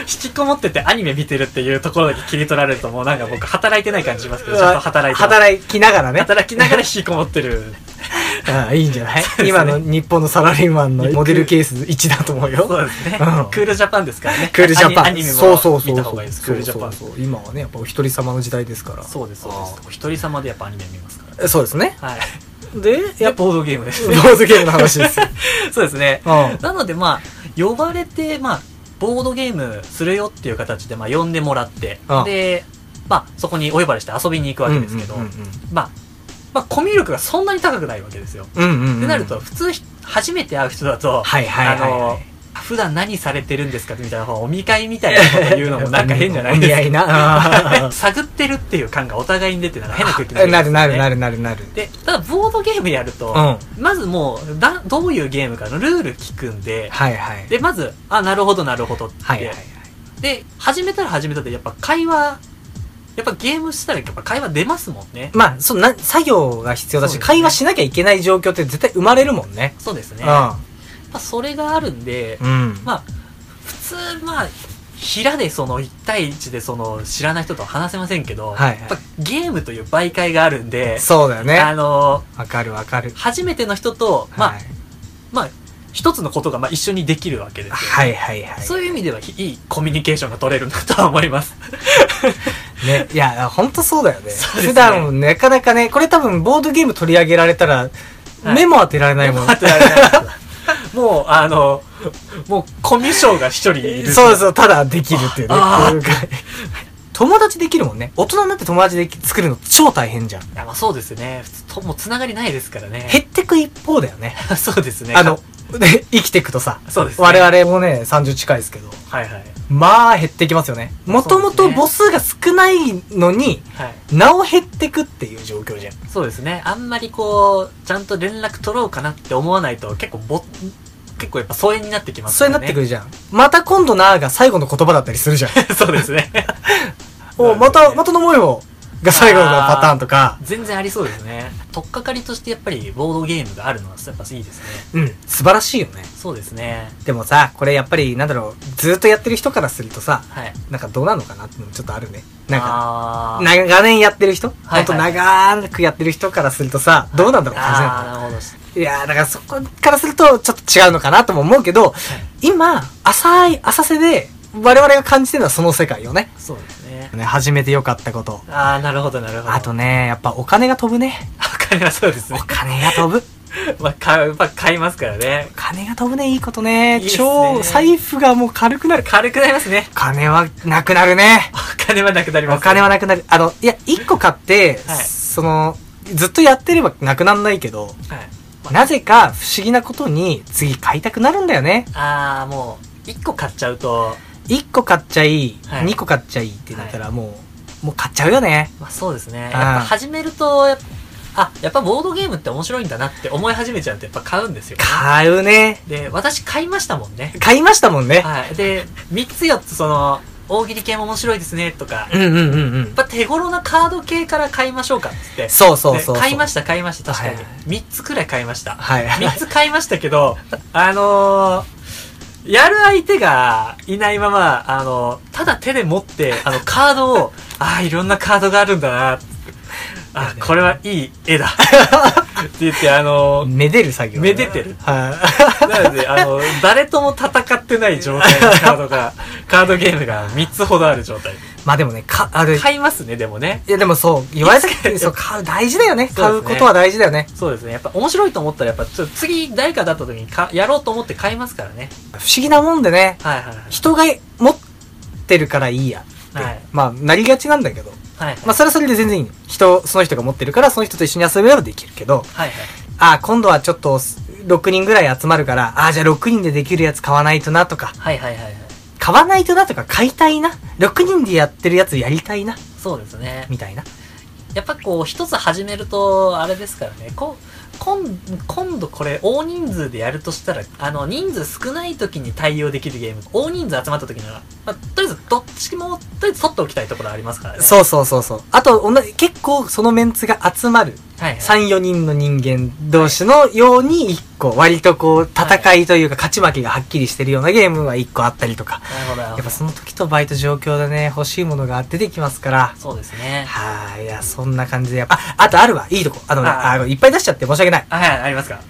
S2: 引きこもっててアニメ見てるっていうところだけ切り取られると、もうなんか僕働いてない感じしますけど、ちょっと働いてます
S1: 働きながらね。
S2: 働きながら引きこもってる。
S1: ああいいんじゃない、
S2: そうですね
S1: 今の日本のサラリーマンのモデルケース1だと思うよ。
S2: そうですね
S1: うん。
S2: クールジャパンですからね。
S1: クールジャパン。
S2: アニアニメも
S1: そうそうそうそう。
S2: 見た方がいいです。クールジャパン。
S1: そ
S2: そう
S1: そうそう今はね、やっぱお一人様の時代ですから。
S2: うです、そうです。お一人様でやっぱアニメ見ますから。
S1: うそうですね。
S2: はい。 [laughs]
S1: で、や
S2: や
S1: っぱ、
S2: ボードゲームです。
S1: ローズゲームの話ですよ。
S2: [laughs] そうですね。
S1: うん。
S2: なのでまあ、呼ばれて、まあ、ボードゲームするよっていう形で、まあ、呼んでもらって
S1: うん、
S2: で、まあ、そこにお呼ばれして遊びに行くわけですけど
S1: うん、
S2: まあ、まあ、コミュ力がそんなに高くないわけですよ。
S1: うんうんうん。
S2: ってなると、普通、初めて会う人だと、
S1: はいはいはい
S2: あ
S1: はい
S2: の、普段何されてるんですかみたいな、お見会みたいなこと言うの
S1: [laughs]
S2: もなんか変じゃないで
S1: お
S2: す
S1: 似合
S2: か。
S1: い
S2: [laughs]
S1: な。
S2: 探ってるっていう感がお互いに出てなんか変な空気に
S1: なるなるな
S2: る
S1: るなるなる。
S2: でただボードゲームやる
S1: う
S2: と
S1: ん。、は
S2: まずもうだどういうゲームかのルール聞くんで
S1: いはい。
S2: でまずあなるほどなるほどって、
S1: はいはい。
S2: で始めたら始めたでやっぱ会話やっぱゲームしたらやっぱ会話出ますもんね
S1: まあ、そのな、作業が必要だし、
S2: そうですね
S1: 会話しなきゃいけない状況って絶対生まれるもんね。
S2: そうですね、ま
S1: う
S2: あ、それがあるんで、
S1: ん。うん。
S2: まあ普通まあ平でその1対1でその知らない人とは話せませんけど、
S1: はいはい
S2: やっぱゲームという媒介があるんで、
S1: そうだよ
S2: あ
S1: ね。
S2: の
S1: わかるわかる。
S2: 初めての人と、まあ、
S1: はい
S2: まあ、一つのことがまあ一緒にできるわけですよ、
S1: はいはいはい。
S2: そういう意味では、いいコミュニケーションが取れるなとは思います。
S1: ね、いや、ほんとそうだよね。
S2: [laughs] そうですね
S1: 普段、なかなかね、これ多分、ボードゲーム取り上げられたら、
S2: はい
S1: 目も当てられないもん。
S2: [laughs] 待ってられないですもう、あの、もう、コミュ障が一人いる。
S1: そうそう、ただできるっていうね。
S2: あ
S1: こういうか友達できるもんね。大人になって友達でき作るの超大変じゃん。
S2: いやまあそうですね。普通と、もう、つながりないですからね。
S1: 減ってく一方だよね。
S2: [laughs] そうですね。
S1: あの、ね生きていくとさ。
S2: そうですね。
S1: 我々もね、30近いですけど。
S2: はいはい。
S1: まあ、減ってきますよね。もとも
S2: そう
S1: と
S2: ですね
S1: 母数が少ないのに、
S2: はい。
S1: なお減ってくっていう状況じゃん。
S2: そうですね。あんまりこう、ちゃんと連絡取ろうかなって思わないと、結構ぼ、結構やっぱ疎遠になってきます
S1: そ
S2: よ
S1: う
S2: ね。
S1: なってく
S2: る。
S1: るじゃん。また今度なーが最後の言葉だったりす
S2: [laughs]
S1: るじゃん。
S2: そうですね。
S1: [laughs] お、ま
S2: なるほど
S1: た、
S2: ね
S1: また飲もうよが最後のパターンとか。
S2: 全然ありそうですね。取っかかりとしてやっぱりボードゲームがあるのはやっぱいいですね。
S1: うん、素晴らしいよね。
S2: そうですね。
S1: でもさ、これやっぱり、なんだろう、ずーっとやってる人からするとさ、
S2: はい。
S1: なんかどうなのかなってのもちょっとあるね。なんか、
S2: あー
S1: 長年やってる人ほ
S2: はい
S1: んと長くやってる人からするとさ、どうなんだろう感じな
S2: あ
S1: の
S2: ー、なるほど。
S1: いやー、だからそこからするとちょっと違うのかなとも思うけど、今、浅い、浅瀬で、我々が感じてるのはその世界よね。
S2: そうですね。
S1: ね、初めて良かったこと。
S2: あー、なるほど、なるほど。
S1: あとね、やっぱお金が飛ぶね。
S2: お金はそうです
S1: お
S2: ね。
S1: 金が飛ぶ。
S2: まあ、買う、まあ、買いますからね
S1: お。金が飛ぶね、いいことね。
S2: いいっすね
S1: 超、財布がもう軽くなる。
S2: 軽くなりますね。
S1: お金はなくなるね。
S2: お金はなくなります。
S1: お金はなくなる。あの、いや、一個買って、
S2: はい
S1: その、ずっとやってればなくなんないけど、
S2: はい。
S1: なぜか不思議なことに次買いたくなるんだよね。
S2: あー、もう、一個買っちゃうと、
S1: 一個買っちゃいい、
S2: はい
S1: 二個買っちゃいいってなったらもう、もう買っちゃうよね。
S2: まあそうですね。やっ
S1: あー
S2: ぱ始めると、やっぱあ、やっぱボードゲームって面白いんだなって思い始めちゃうとやっぱ買うんですよね。
S1: 買うね。
S2: で、私買いましたもんね。
S1: 買いましたもんね。
S2: はい。で、3つ4つその、大喜利系も面白いですね、とか、
S1: うんうんうんうん。
S2: やっぱ手頃なカード系から買いましょうかっつって。
S1: そうそうそうそう。
S2: で買いました、買いました、確かに
S1: はいはい。
S2: 3つくらい買いました。
S1: はい。
S2: 3つ買いましたけど、あのー、やる相手がいないまま、あの、ただ手で持って、あの、カードを、ああ、いろんなカードがあるんだな。あ、これはいい絵だ。言って、あの、
S1: めでる作業。
S2: めでてる
S1: はい。
S2: なので、あの、誰とも戦ってない状態のカードが、カードゲームが3つほどある状態。
S1: [laughs] まあでもね、か、あれ、
S2: 買いますね、でもね。
S1: いやでもそう、言われたけど、そう、買う、大事だよね。
S2: すね
S1: 買うことは大事だよね。
S2: そうですね。やっぱ面白いと思ったら、やっぱちょっと次誰かだった時にかやろうと思って買いますからね。
S1: 不思議なもんでね、
S2: はいはいはい。
S1: 人が持ってるからいいやって、
S2: はい
S1: まあ、なりがちなんだけど、
S2: はいはい。
S1: まあ、それはそれで全然いいの。人、その人が持ってるから、その人と一緒に遊べばできるけど、
S2: はいはい。
S1: ああ、今度はちょっと、6人ぐらい集まるから、ああ、じゃあ6人でできるやつ買わないとなとか、
S2: はいはいはいはい。
S1: 買わないとなとか買いたいな。6人でやってるやつやりたいな。
S2: そうですね。
S1: みたいな。
S2: やっぱこう、一つ始めると、あれですからね、こ今今度これ大人数でやるとしたらあの人数少ない時に対応できるゲーム大人数集まった時なら、まあ、とりあえずどっちもとりあえず取っておきたいところありますからねう、
S1: そうそうそうそう。あと、同じ、結構そのメンツが集まる。
S2: はいはい、
S1: 3、4人の人間同士のように1個、割とこう、戦いというか勝ち負けがはっきりしてるようなゲームは1個あったりとか。
S2: なるほどな
S1: や
S2: るほ
S1: っ
S2: ど
S1: ぱその時とバイト状況でね、欲しいものが出てきますから。
S2: そうですね
S1: はい、いや、そんな感じで、やっぱ、あ、あとあるわ、いいとこ。あのね、
S2: あ
S1: あの、いっぱい出しちゃって申し訳ない。
S2: あはいありますか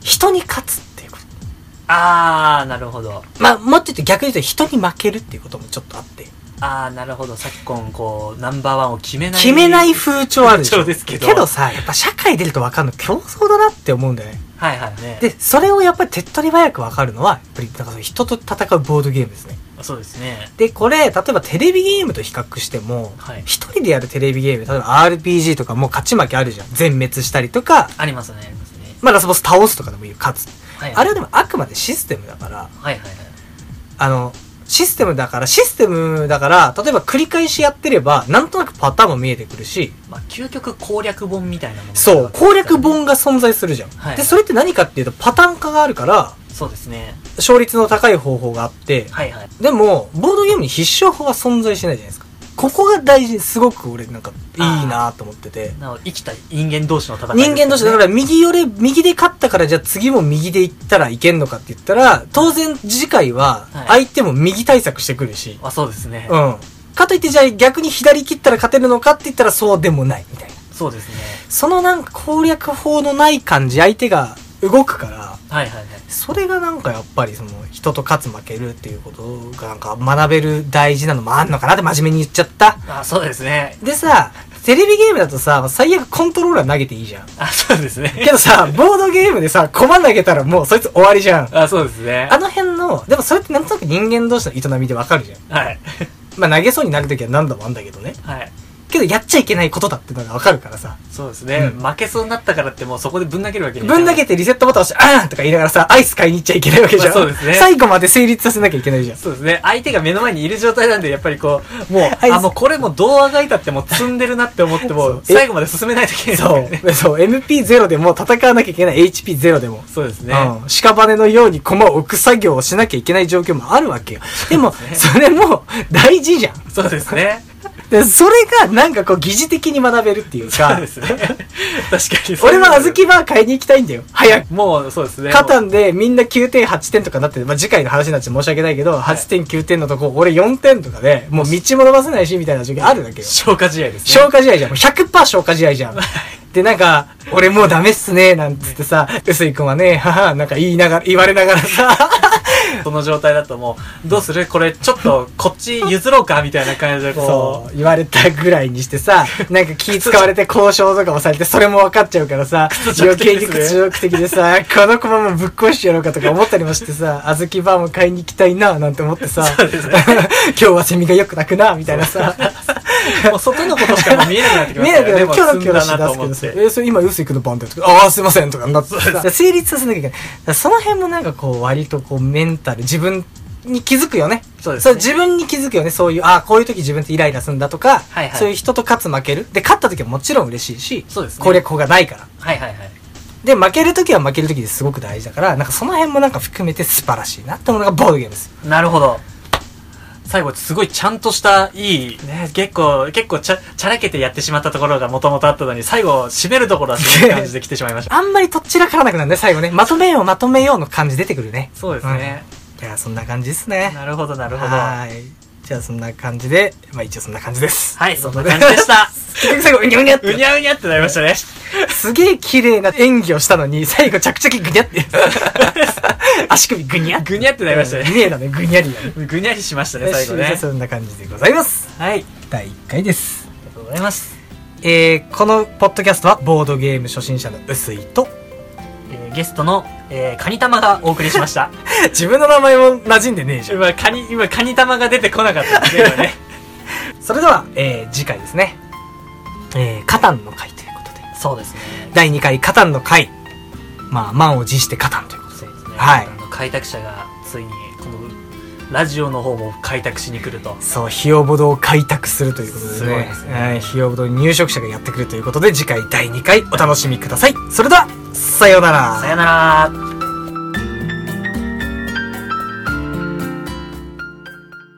S1: 人に勝つっていうこと。
S2: ああなるほど
S1: まあ、もっと言って逆に言うと人に負けるっていうこともちょっとあって。
S2: ああなるほど昨今こうナンバーワンを決めない
S1: 決めない風潮あるでし
S2: 風
S1: ょ。
S2: 潮ですけど
S1: けどさ、やっぱ社会出ると分かるの競争だなって思うんだよね。
S2: はいはいね
S1: で、それをやっぱり手っ取り早く分かるのは、やっぱりなんかその人と戦うボードゲームですね。
S2: そうですね
S1: で、これ、例えばテレビゲームと比較しても、
S2: はい
S1: 一人でやるテレビゲーム、例えば RPG とかもう勝ち負けあるじゃん。全滅したりとか、
S2: ありますねありますね
S1: まあラスボス倒すとかでもいいよ、勝つ。
S2: はい
S1: あれはでもあくまでシステムだから、
S2: はいはいはい
S1: あの、システムだから、システムだから、例えば繰り返しやってれば、なんとなくパターンも見えてくるし、
S2: まあ、究極攻略本みたいなもの
S1: そう、攻略本が存在するじゃん。
S2: はい
S1: で、それって何かっていうと、パターン化があるから、
S2: そうですね
S1: 勝率の高い方法があって、
S2: はいはい
S1: でも、ボードゲームに必勝法は存在しないじゃないですか。ここが大事、すごく俺なんか、いいなと思ってて。
S2: なお生きた人間同士の戦いです
S1: 人
S2: ね、
S1: 間同士、だから右より、右で勝ったから、じゃあ次も右で行ったらいけんのかって言ったら、当然次回は、
S2: はい
S1: 相手も右対策してくるし、
S2: あそうですね、
S1: うん。かといって、じゃあ逆に左切ったら勝てるのかって言ったら、そうでもない、みたいな。
S2: そうですね
S1: そのなんか攻略法のない感じ、相手が動くから、
S2: はいはいはい
S1: それがなんかやっぱりその人と勝つ負けるっていうことがなんか学べる大事なのもあんのかなって真面目に言っちゃった。
S2: あそうですね
S1: でさ、テレビゲームだとさ、最悪コントローラー投げていいじゃん。
S2: あそうですね
S1: けどさ、ボードゲームでさ、コマ投げたらもうそいつ終わりじゃん。
S2: あそうですね
S1: あの辺の、でもそれってなんとなく人間同士の営みでわかるじゃん。
S2: はい
S1: まあ投げそうになるときは何度もあんだけどね。
S2: はい
S1: けどやっちゃいけないことだってのがわかるからさ。
S2: そうですね、
S1: うん
S2: 負けそうになったからってもうそこでぶん投げるわけにいかな
S1: ぶん
S2: い
S1: 投げてリセットボタン押して、あーんとか言いながらさ、アイス買いに行っちゃいけないわけじゃん。
S2: まあそうですね
S1: 最後まで成立させなきゃいけないじゃん。
S2: そうですね相手が目の前にいる状態なんでやっぱりこうもう
S1: はい
S2: あもうこれもどうあがいたってもう積んでるなって思って
S1: そ
S2: も
S1: うえ
S2: 最後まで進めないといけないですからね [laughs]
S1: そう。そう。MP0 でも戦わなきゃいけない HP0 でも。
S2: そうですね、
S1: うん。屍のように駒を置く作業をしなきゃいけない状況もあるわけよ。でも、
S2: そうです
S1: それも大事じゃん。
S2: そうですね
S1: で、それがなんかこう疑似的に学べるっていう
S2: そう
S1: か
S2: で、すね確かにそう
S1: 俺
S2: いうの
S1: は小豆バー買いに行きたいんだよ。早く。
S2: もうそうですね
S1: カタンでみんな9点8点とかなってて、まあ、次回の話になっちゃ申し訳ないけど、8点9点のとこ、俺4点とかで、もう道も伸ばせないし、みたいな状況あるわけよ。
S2: 消化試合ですね。
S1: 消化試合じゃん。もう100%消化試合じゃん。で、なんか、俺もうダメっすね、なんつってさ、薄井くんはね、はは、なんか言いながら、言われながらさ、
S2: その状態だともう、どうするこれちょっとこっち譲ろうかみたいな感じで
S1: そ
S2: こ
S1: う、言われたぐらいにしてさ、なんか気使われて交渉とかもされて、それも分かっちゃうからさ、
S2: 辱
S1: 余計
S2: 的で
S1: に
S2: すね
S1: 屈辱的でさ、この子もぶっ壊してやろうかとか思ったりもしてさ、小豆バーも買いに行きたいな、なんて思ってさ、 [laughs] 今日はセミが良くなくな、みたいなさ、
S2: う、もう外のことしかもう見えなくなってきま
S1: 見
S2: し
S1: え
S2: た
S1: なくな
S2: よね。
S1: る。
S2: もう
S1: キョロキョロし
S2: 済んだ
S1: だ
S2: なと
S1: すけ
S2: 思
S1: ど
S2: っ
S1: さ、
S2: て
S1: えー、それ今、薄井くんの番だよとか、ああ、すいませんとかになって
S2: そうで
S1: さ、成立させなきゃいけない。だからその辺もなんかこう、割とこう、メンタル、自分に気づくよね。
S2: そうです
S1: そう、
S2: ね。
S1: 自分に気づくよね。そういう、ああ、こういう時自分ってイライラするんだとか、
S2: はいはい
S1: そういう人と勝つ負ける。で、勝った時はもちろん嬉しいし、
S2: そうですね
S1: 攻略法がないから。
S2: はいはいはい。
S1: で、負ける時は負ける時ですごく大事だから、なんかその辺もなんか含めて素晴らしいなってものがボードゲームです。
S2: なるほど。最後、すごいちゃんとした、いい、ね、結構、結構ちゃ、ちゃらけてやってしまったところがもともとあったのに、最後、締めるところはすごい感じで来てしま
S1: [laughs]
S2: いました。
S1: あんまりとっちらからなくなるね、最後ね。まとめようまとめようの感じ出てくるね。
S2: そうですね。
S1: いやー、そんな感じですね。
S2: なるほど、なるほど。
S1: はーい。じゃあそんな感じで、まあ一応そんな感じです。
S2: はい、そんな感じでした。
S1: 結局最後、うにゃうにゃっ
S2: う
S1: て。
S2: にゃうにゃってなりましたね。
S1: すげえ綺麗な演技をしたのに、最後着々ぐにゃって。足首ぐにゃって。
S2: ぐにゃってなりましたね
S1: うん見えたね、ぐにゃりだね。
S2: ぐにゃりしましたね、最後ね。
S1: そんな感じでございます。
S2: はい。
S1: 第1回です。
S2: ありがとうございます。
S1: えー、このポッドキャストは、ボードゲーム初心者の薄いと、
S2: えーゲストの、えー、カニ玉がお送りしました。
S1: 自分の名前も馴染んでねえじゃん。
S2: [laughs] 今、カニ、今、カニ玉が出てこなかった [laughs] ですね、今ね。
S1: それでは、えー、次回ですね。えー、カタンの回ということで。
S2: そうですね。
S1: 第2回、カタンの回。まあ、満を持してカタンということで。
S2: そうですね。
S1: はい
S2: あの開拓者が、ついに、この、ラジオの方も開拓しに来ると。
S1: そう、ひよぼどを開拓するということです
S2: すごい
S1: ね。
S2: ですね
S1: はいひよぼどに入植者がやってくるということで、次回第2回お楽しみください。それでは、さようなら。
S2: さよなら